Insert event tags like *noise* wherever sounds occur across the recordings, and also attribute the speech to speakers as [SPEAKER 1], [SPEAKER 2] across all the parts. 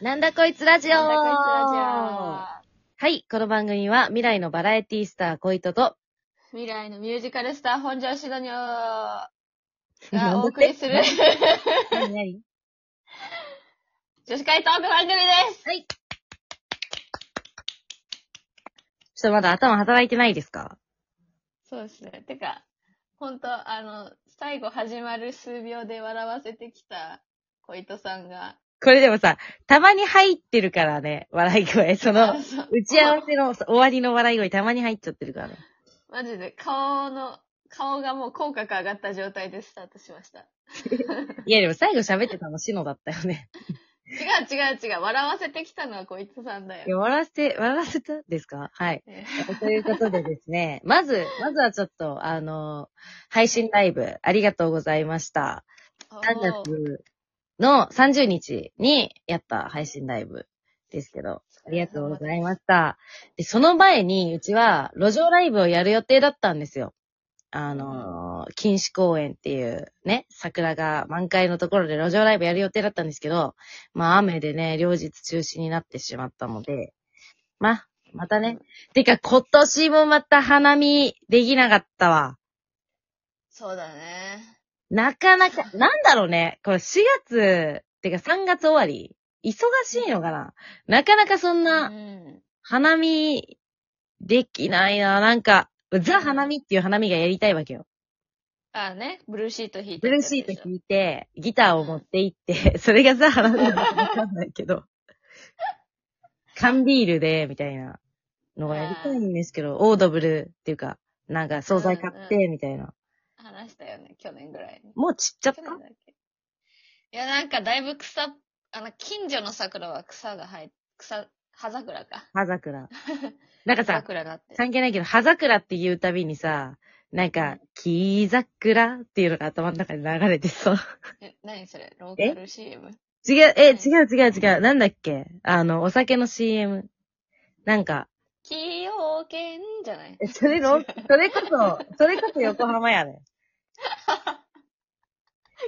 [SPEAKER 1] なんだこいつラジオ
[SPEAKER 2] なんだこいつラ
[SPEAKER 1] はい、この番組は未来のバラエティスターコイトと、
[SPEAKER 2] ジオ未来のミュージカルスター本庄しどにょが
[SPEAKER 1] なんだって
[SPEAKER 2] お送りする *laughs*
[SPEAKER 1] 何々
[SPEAKER 2] 女子会トーク番組です
[SPEAKER 1] はい。ちょっとまだ頭働いてないですか
[SPEAKER 2] そうですね。てか、ほんと、あの、最後始まる数秒で笑わせてきた小糸さんが、
[SPEAKER 1] これでもさ、たまに入ってるからね、笑い声。その、
[SPEAKER 2] そう
[SPEAKER 1] 打ち合わせの終わりの笑い声たまに入っちゃってるからね。
[SPEAKER 2] マジで顔の、顔がもう口角上がった状態でスタートしました。
[SPEAKER 1] いやでも最後喋ってたのシノだったよね。
[SPEAKER 2] 違う違う違う、笑わせてきたのは小糸さんだ
[SPEAKER 1] いや
[SPEAKER 2] よ。
[SPEAKER 1] 笑わせて、笑わせたですかはい。
[SPEAKER 2] ね
[SPEAKER 1] ということでですね、まず、まずはちょっと、あの、配信ライブ、ありがとうございました。
[SPEAKER 2] お
[SPEAKER 1] 3
[SPEAKER 2] ー
[SPEAKER 1] 月の30日にやった配信ライブですけど、ありがとうございました。で、その前に、うちは、路上ライブをやる予定だったんですよ。あの、錦糸公園っていうね、桜が満開のところで路上ライブやる予定だったんですけど、まあ雨でね、両日中止になってしまったので、まあ、またね。てか今年もまた花見できなかったわ。
[SPEAKER 2] そうだね。
[SPEAKER 1] なかなか、なんだろうね。これ4月、てか3月終わり忙しいのかななかなかそん
[SPEAKER 2] う。
[SPEAKER 1] なん花見できないな。なんか、ザ花見っていう花見がやりたいわけよ。
[SPEAKER 2] あね、ブルーシート引いて
[SPEAKER 1] ブルーシート
[SPEAKER 2] い
[SPEAKER 1] 引いて、ギターを持って行って、 *laughs* それがザ花見なのかわかんないけ *laughs* ど。缶ビールで、みたいなのがやりたいんですけど、オードブルっていうか、なんか惣菜買って、みたいな。
[SPEAKER 2] 話したよね、去年ぐらいに。
[SPEAKER 1] もう散っちゃっ
[SPEAKER 2] 去
[SPEAKER 1] た
[SPEAKER 2] 年だっけいや、なんかだいぶ草、あの、近所の桜は草が生え、草、葉桜か。
[SPEAKER 1] 葉桜。なんか *laughs* さ、
[SPEAKER 2] 葉桜だって。
[SPEAKER 1] 関係ないけど、葉桜って言うたびにさ、なんか、木桜っていうのが頭の中に流れて *laughs* そう。
[SPEAKER 2] え、何それローカル CM?
[SPEAKER 1] 違う、え、違う違う違う。なんだっけあの、お酒の CM。なんか、
[SPEAKER 2] 崎陽軒じゃない
[SPEAKER 1] えそれの、それこそ、それこそ横浜やね。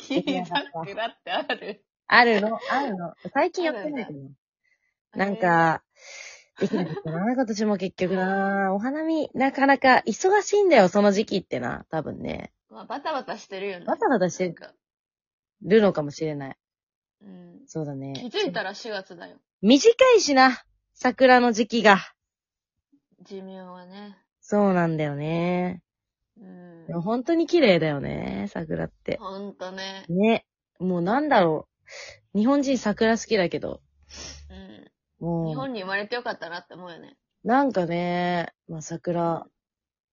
[SPEAKER 2] 木桜ってある。
[SPEAKER 1] あるの、あるの。最近やってないけど。なんか、できなかったな、今年も結局な。お花見、なかなか忙しいんだよ、その時期ってな。多分ね。
[SPEAKER 2] えー。まあ、バタバタしてるよね。
[SPEAKER 1] バタバタしてる
[SPEAKER 2] か。
[SPEAKER 1] るのかもしれない。
[SPEAKER 2] うん。
[SPEAKER 1] そうだね。
[SPEAKER 2] 気づいたら4月だよ。
[SPEAKER 1] 短いしな、桜の時期が。
[SPEAKER 2] 寿命はね。
[SPEAKER 1] そうなんだよね。
[SPEAKER 2] うん
[SPEAKER 1] で。も本当に綺麗だよね、桜って。
[SPEAKER 2] ほんとね。
[SPEAKER 1] ね。もうなんだろう。日本人桜好きだけど。
[SPEAKER 2] うん。日
[SPEAKER 1] も
[SPEAKER 2] 本に生まれてよかったなって思うよね。
[SPEAKER 1] う、なんかね、まあ桜。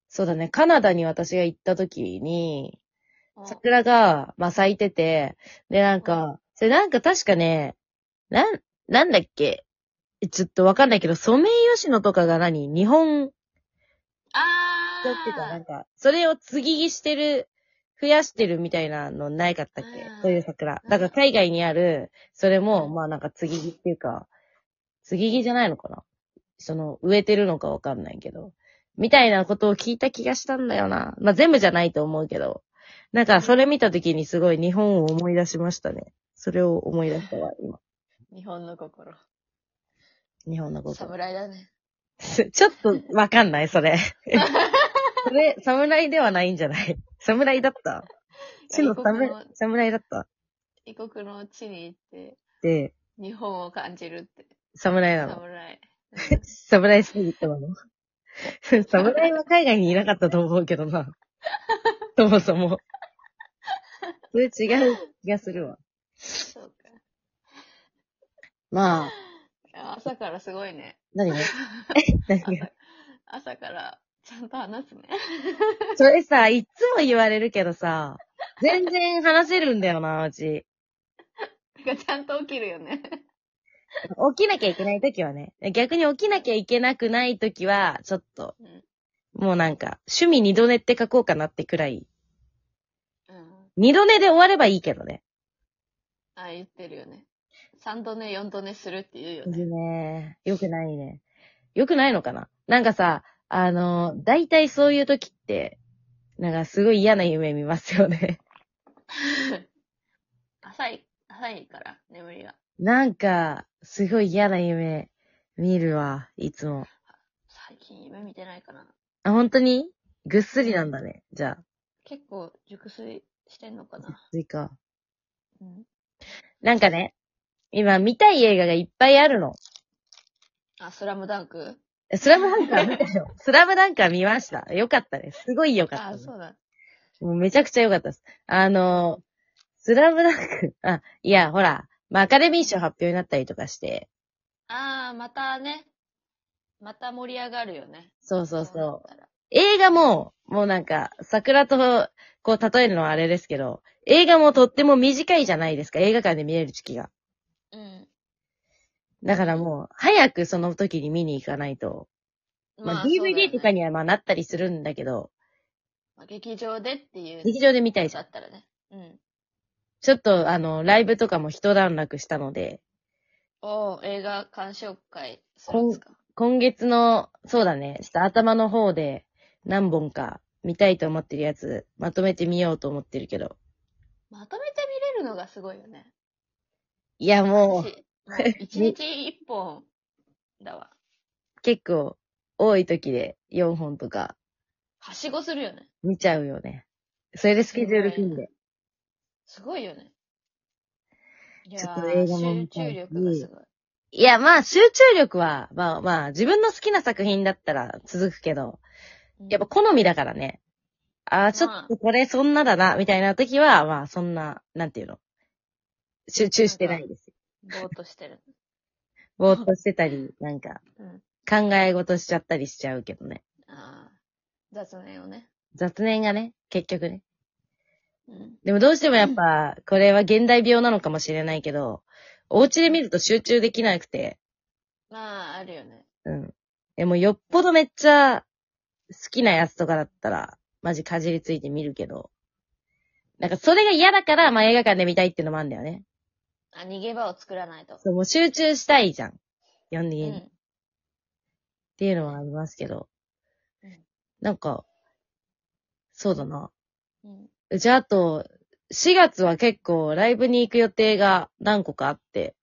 [SPEAKER 1] そうだね、カナダに私が行った時に、
[SPEAKER 2] うん
[SPEAKER 1] 桜が、まあ咲いてて、でなんか、それなんか確かね、なん、なんだっけ。ちょっとわかんないけど、ソメイヨシノとかが何日本
[SPEAKER 2] あー
[SPEAKER 1] だってか、なんか、それを継ぎ木してる、増やしてるみたいなのないかったっけ
[SPEAKER 2] うん
[SPEAKER 1] そういう桜
[SPEAKER 2] う。ん
[SPEAKER 1] だから海外にある、それも、
[SPEAKER 2] うん
[SPEAKER 1] まあなんか継ぎ木っていうか、継ぎ木じゃないのかなその、植えてるのかわかんないけど。みたいなことを聞いた気がしたんだよな。まあ全部じゃないと思うけど。なんか、それ見た時にすごい日本を思い出しましたね。それを思い出したわ、今。
[SPEAKER 2] 日本の心。
[SPEAKER 1] 日本のこと。
[SPEAKER 2] 侍だね。
[SPEAKER 1] *laughs* ちょっとわかんない、それ。 *laughs* それ、侍ではないんじゃない侍だった死の侍
[SPEAKER 2] 異国の、
[SPEAKER 1] 侍だったっ
[SPEAKER 2] 異国の地に行って、
[SPEAKER 1] て、
[SPEAKER 2] 日本を感じるって。
[SPEAKER 1] 侍なの。
[SPEAKER 2] 侍。
[SPEAKER 1] 侍すぎってもの。 *laughs* 侍は海外にいなかったと思うけど *laughs* な。そもそも。それ違う気がするわ。
[SPEAKER 2] そうか。
[SPEAKER 1] まあ、
[SPEAKER 2] いや朝からすごいね。
[SPEAKER 1] 何が *laughs* 何が
[SPEAKER 2] 朝から、ちゃんと話すね。
[SPEAKER 1] それさ、いっつも言われるけどさ、全然話せるんだよな、うち。
[SPEAKER 2] なんかちゃんと起きるよね。
[SPEAKER 1] 起きなきゃいけない時はね。逆に起きなきゃいけなくない時は、ちょっと、
[SPEAKER 2] うん。
[SPEAKER 1] もうなんか、趣味二度寝って書こうかなってくらい。
[SPEAKER 2] うん。
[SPEAKER 1] 二度寝で終わればいいけどね。
[SPEAKER 2] あ、言ってるよね。3度寝、4度寝するって言うよね。
[SPEAKER 1] ねよくないね。よくないのかななんかさ、あの、大体そういう時って、なんかすごい嫌な夢見ますよね。
[SPEAKER 2] 浅い、浅いから、眠りが。
[SPEAKER 1] なんか、すごい嫌な夢見るわ、いつも。
[SPEAKER 2] 最近夢見てないかな。
[SPEAKER 1] あ、本当にぐっすりなんだね。じゃあ、
[SPEAKER 2] 結構熟睡してんの
[SPEAKER 1] *laughs*
[SPEAKER 2] かな。
[SPEAKER 1] 追加。
[SPEAKER 2] うん。
[SPEAKER 1] なんかね、今見たい映画がいっぱいあるの。
[SPEAKER 2] あ、スラムダンク
[SPEAKER 1] えスラムダンカー見た *laughs* よ。スラムダンカー見ました。よかったです。すごいよかった
[SPEAKER 2] あ
[SPEAKER 1] です。
[SPEAKER 2] そうだ。
[SPEAKER 1] もうめちゃくちゃ良かったです。あの、スラムダンク、あ、いや、ほら、まあ、アカデミー賞発表になったりとかして、
[SPEAKER 2] あー、またね。また盛り上がるよね。
[SPEAKER 1] そうそうそう
[SPEAKER 2] なったら。
[SPEAKER 1] 映画も、もうなんか、桜と、こう、例えるのはあれですけど、映画もとっても短いじゃないですか、映画館で見れる時期が。
[SPEAKER 2] うん。
[SPEAKER 1] だからもう、早くその時に見に行かないと。まあ、DVD とか
[SPEAKER 2] に。
[SPEAKER 1] にはまあなったりするんだけど、
[SPEAKER 2] まあ劇場でっていう。
[SPEAKER 1] 劇場で見たいじゃ
[SPEAKER 2] だ
[SPEAKER 1] ん。
[SPEAKER 2] ったらね。うん。
[SPEAKER 1] ちょっと、あの、ライブとかも一段落したので、
[SPEAKER 2] おー、映画鑑賞会するんですか。
[SPEAKER 1] 今月の、そうだね、ちょっと頭の方で何本か見たいと思ってるやつ、まとめてみようと思ってるけど。
[SPEAKER 2] まとめて見れるのがすごいよね。
[SPEAKER 1] いや、もう、
[SPEAKER 2] 私
[SPEAKER 1] *laughs*
[SPEAKER 2] もう一日一本だわ。
[SPEAKER 1] 結構、多い時で4本とか
[SPEAKER 2] はしごするよね。
[SPEAKER 1] 見ちゃうよね。それでスケジュール組んで。
[SPEAKER 2] すごいよね。いや
[SPEAKER 1] ちょっと映画も
[SPEAKER 2] ー
[SPEAKER 1] 見
[SPEAKER 2] 集
[SPEAKER 1] たいし
[SPEAKER 2] 中力がすごい。
[SPEAKER 1] いや、まあ、集中力は、まあまあ、自分の好きな作品だったら続くけど、
[SPEAKER 2] うん
[SPEAKER 1] やっぱ好みだからね。ああ、ちょっとこれそんなだな、みたいな時は、まあ、そんな、なんていうの。集中してないです。
[SPEAKER 2] ぼーっとしてる。
[SPEAKER 1] ぼーっとしてたり、なんか、
[SPEAKER 2] う
[SPEAKER 1] 考
[SPEAKER 2] ん。
[SPEAKER 1] え事しちゃったりしちゃうけどね。
[SPEAKER 2] ああ。雑念をね。
[SPEAKER 1] 雑念がね、結局ね。
[SPEAKER 2] うん。
[SPEAKER 1] でもどうしてもやっぱ、これは現代病なのかもしれないけど、お家で見ると集中できなくて、
[SPEAKER 2] まあ、あるよね。
[SPEAKER 1] うん。でもよっぽどめっちゃ好きなやつとかだったら、マジかじりついて見るけど、なんかそれが嫌だから、まあ映画館で見たいってのもあるんだよね。
[SPEAKER 2] あ、逃げ場を作らないと。
[SPEAKER 1] そう、もう集中したいじゃん。読んで
[SPEAKER 2] う
[SPEAKER 1] いい、っ
[SPEAKER 2] ん。
[SPEAKER 1] ていうのはありますけど
[SPEAKER 2] うん。
[SPEAKER 1] なんか、そうだな。
[SPEAKER 2] うん。
[SPEAKER 1] じゃあ、あと、4月は結構ライブに行く予定が何個かあって、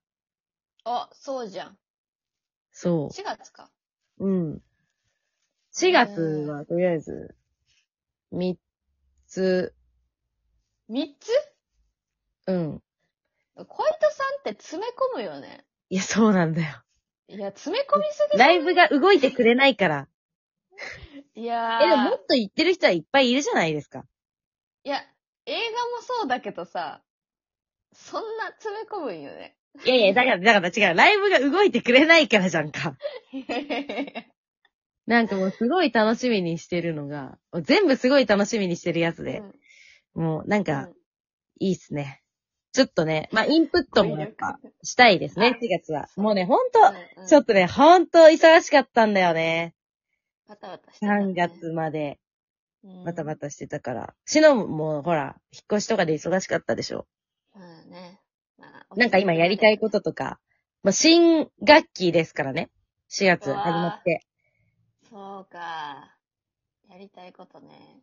[SPEAKER 2] あ、そうじゃん。
[SPEAKER 1] そ
[SPEAKER 2] 4月か。
[SPEAKER 1] う。うん。4月はとりあえず、3つ、
[SPEAKER 2] 3つ
[SPEAKER 1] うん。
[SPEAKER 2] 小糸さんって詰め込むよね。
[SPEAKER 1] いや、そうなんだよ。 *laughs*
[SPEAKER 2] いや、詰め込みすぎ
[SPEAKER 1] ライブが動いてくれないから。
[SPEAKER 2] いやー。
[SPEAKER 1] え、でももっと行ってる人はいっぱいいるじゃないです *laughs* か。
[SPEAKER 2] いや、映画もそうだけどさ、そんな詰め込むんよね。
[SPEAKER 1] いやいや、だから、だから違う。ライブが動いてくれないからじゃんか。 *laughs* なんかもうすごい楽しみにしてるのが、もう全部すごい楽しみにしてるやつ *laughs* で、もうなんか、いいっすね。ちょっとね、まあ、インプットもやっぱ、したいですね、4月は。もうね、ほんと、ちょ
[SPEAKER 2] っ
[SPEAKER 1] っとね、ほんと忙しかったんだよね。
[SPEAKER 2] と、バタバタしてたね
[SPEAKER 1] 3月まで、バタバ
[SPEAKER 2] タ。
[SPEAKER 1] タしてたから。しのぶも、ほら、引っ越しとかで忙しかったでしょ。
[SPEAKER 2] まあね。まあ
[SPEAKER 1] なんか今やりたいこととか、まあ、新学期ですからね。4月始まって。
[SPEAKER 2] そうか。やりたいことね。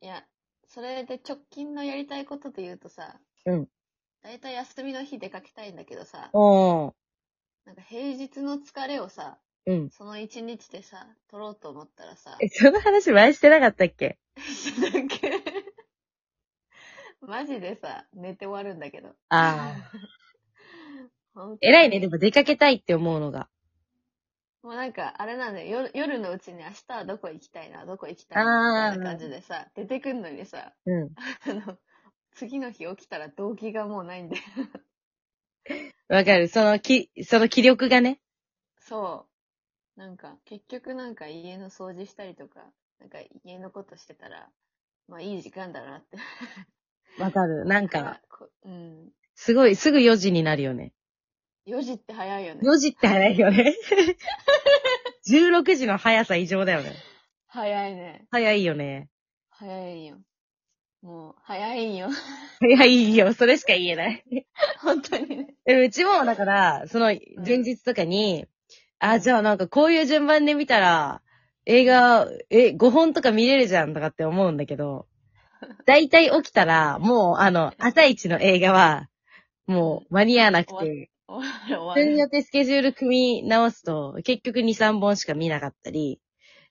[SPEAKER 2] いや、それで直近のやりたいことで言うとさ、
[SPEAKER 1] うん。
[SPEAKER 2] だいたい休みの日出かけたいんだけどさ、
[SPEAKER 1] おー。
[SPEAKER 2] なんか平日の疲れをさ、
[SPEAKER 1] うん。
[SPEAKER 2] その一日でさ、取ろうと思ったらさ、
[SPEAKER 1] え、その話前してなかったっけ
[SPEAKER 2] だっけマジでさ、寝て終わるんだけど。
[SPEAKER 1] ああ。
[SPEAKER 2] 本当に
[SPEAKER 1] 偉いね、でも出かけたいって思うのが。
[SPEAKER 2] もうなんか、あれなんだよ夜。夜のうちに明日はどこ行きたいな、どこ行きたい
[SPEAKER 1] あ
[SPEAKER 2] な、
[SPEAKER 1] ー
[SPEAKER 2] みたいな感じでさ、出てくんのにさ、
[SPEAKER 1] うん。
[SPEAKER 2] あの、次の日起きたら動機がもうないんだよ。
[SPEAKER 1] わかる。そのき、その気力がね。
[SPEAKER 2] そう。なんか、結局なんか家の掃除したりとか、なんか家のことしてたら、まあいい時間だなって。
[SPEAKER 1] わかる。なんか、
[SPEAKER 2] こうん。
[SPEAKER 1] すごい、すぐ4時になるよね。
[SPEAKER 2] 4時って早いよね。
[SPEAKER 1] 4時って早いよ *laughs* ね。16時の速さ異常だよね。
[SPEAKER 2] 早いね。
[SPEAKER 1] 早いよね。
[SPEAKER 2] 早いよ。もう、早いよ。 *laughs*
[SPEAKER 1] 早いよ。それしか言え *laughs* ない。
[SPEAKER 2] 本当にね。
[SPEAKER 1] でもうちも、だから、その、前日とかに、あ、じゃあなんかこういう順番で見たら、映画、え、5本とか見れるじゃんとかって思うんだけど、 *laughs* だいたい起きたら、もう、あの、朝一の映画は、もう間に合わなく
[SPEAKER 2] 終
[SPEAKER 1] て、
[SPEAKER 2] 終わる
[SPEAKER 1] それに
[SPEAKER 2] 終
[SPEAKER 1] よ
[SPEAKER 2] わ
[SPEAKER 1] ってスケジュール組み直すと、結局2、3本しか見なかったり、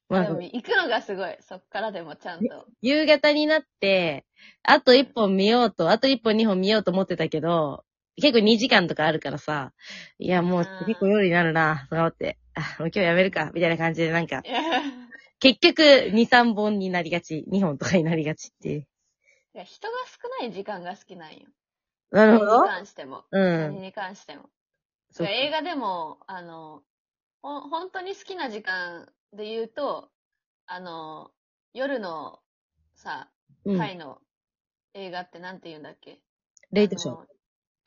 [SPEAKER 1] ま
[SPEAKER 2] る。で
[SPEAKER 1] あ
[SPEAKER 2] も、行くのがすごい。そっからでも
[SPEAKER 1] *laughs*
[SPEAKER 2] ちゃんと。
[SPEAKER 1] 夕方になって、あと1本見ようと、あと1本2本見ようと思ってたけど、結構2時間とかあるからさ、いや、もう
[SPEAKER 2] あー
[SPEAKER 1] 結構夜になるな、とか思って、あ、もう今日やめるか、みたいな感じでなんか、
[SPEAKER 2] いや、
[SPEAKER 1] 結局2、3本になりがち、2本とかになりがちっていう。
[SPEAKER 2] 人が少ない時間が好きなんよ。
[SPEAKER 1] なるほど
[SPEAKER 2] 何に。関しても。
[SPEAKER 1] うん
[SPEAKER 2] 何に関しても。
[SPEAKER 1] そっか
[SPEAKER 2] 映画でも、あの、ほん、本当に好きな時間で言うと、あの、夜のさ、
[SPEAKER 1] うん
[SPEAKER 2] タイの映画ってなんて言うんだっけ
[SPEAKER 1] レイトショー。
[SPEAKER 2] あの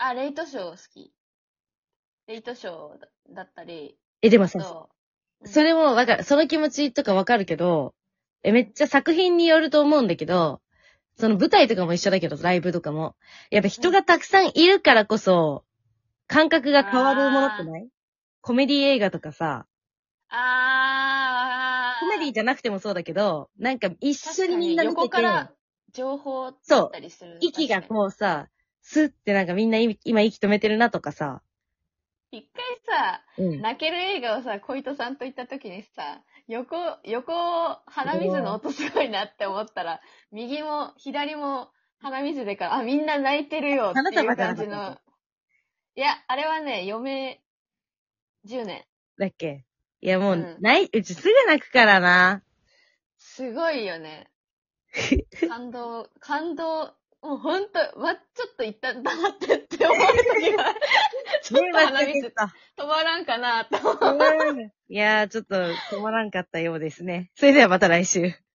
[SPEAKER 2] あ、レイトショー好き。レイトショーだだったり、
[SPEAKER 1] え、でも
[SPEAKER 2] あ
[SPEAKER 1] さ、
[SPEAKER 2] と、
[SPEAKER 1] それもわかる、その気持ちとかわかるけど、え、めっちゃ作品によると思うんだけど、その舞台とかも一緒だけど、ライブとかも。やっぱ人がたくさんいるからこそ、感覚が変わるものってないコメディ映画とかさ、
[SPEAKER 2] あー、
[SPEAKER 1] コメディじゃなくてもそうだけど、なんか一緒にみんな見てて、
[SPEAKER 2] 確かに横から情報だったりする。
[SPEAKER 1] 息が
[SPEAKER 2] 確かに
[SPEAKER 1] こうさ、スッてなんかみんな今今息止めてるなとかさ、
[SPEAKER 2] 一回さ、
[SPEAKER 1] うん。
[SPEAKER 2] 泣ける映画をさ、小糸さんと行った時にさ、横、横、鼻水の音すごいなって思ったら、右も左も鼻水でから、あ、みんな泣いてるよっていう感じ
[SPEAKER 1] 花束じゃなかっ
[SPEAKER 2] の。いや、あれはね、余命10年。
[SPEAKER 1] だっけいやもう、
[SPEAKER 2] うん
[SPEAKER 1] ない、うちすぐ泣くからな。
[SPEAKER 2] すごいよね。感動、感動、もうほんと、わ、ちょっと行ったんだなってって思う時は、 *laughs* ちょっと鼻水
[SPEAKER 1] た。
[SPEAKER 2] 止まらんかなって思う。
[SPEAKER 1] いやー、ちょっと止まらんかったようですね。それではまた来週。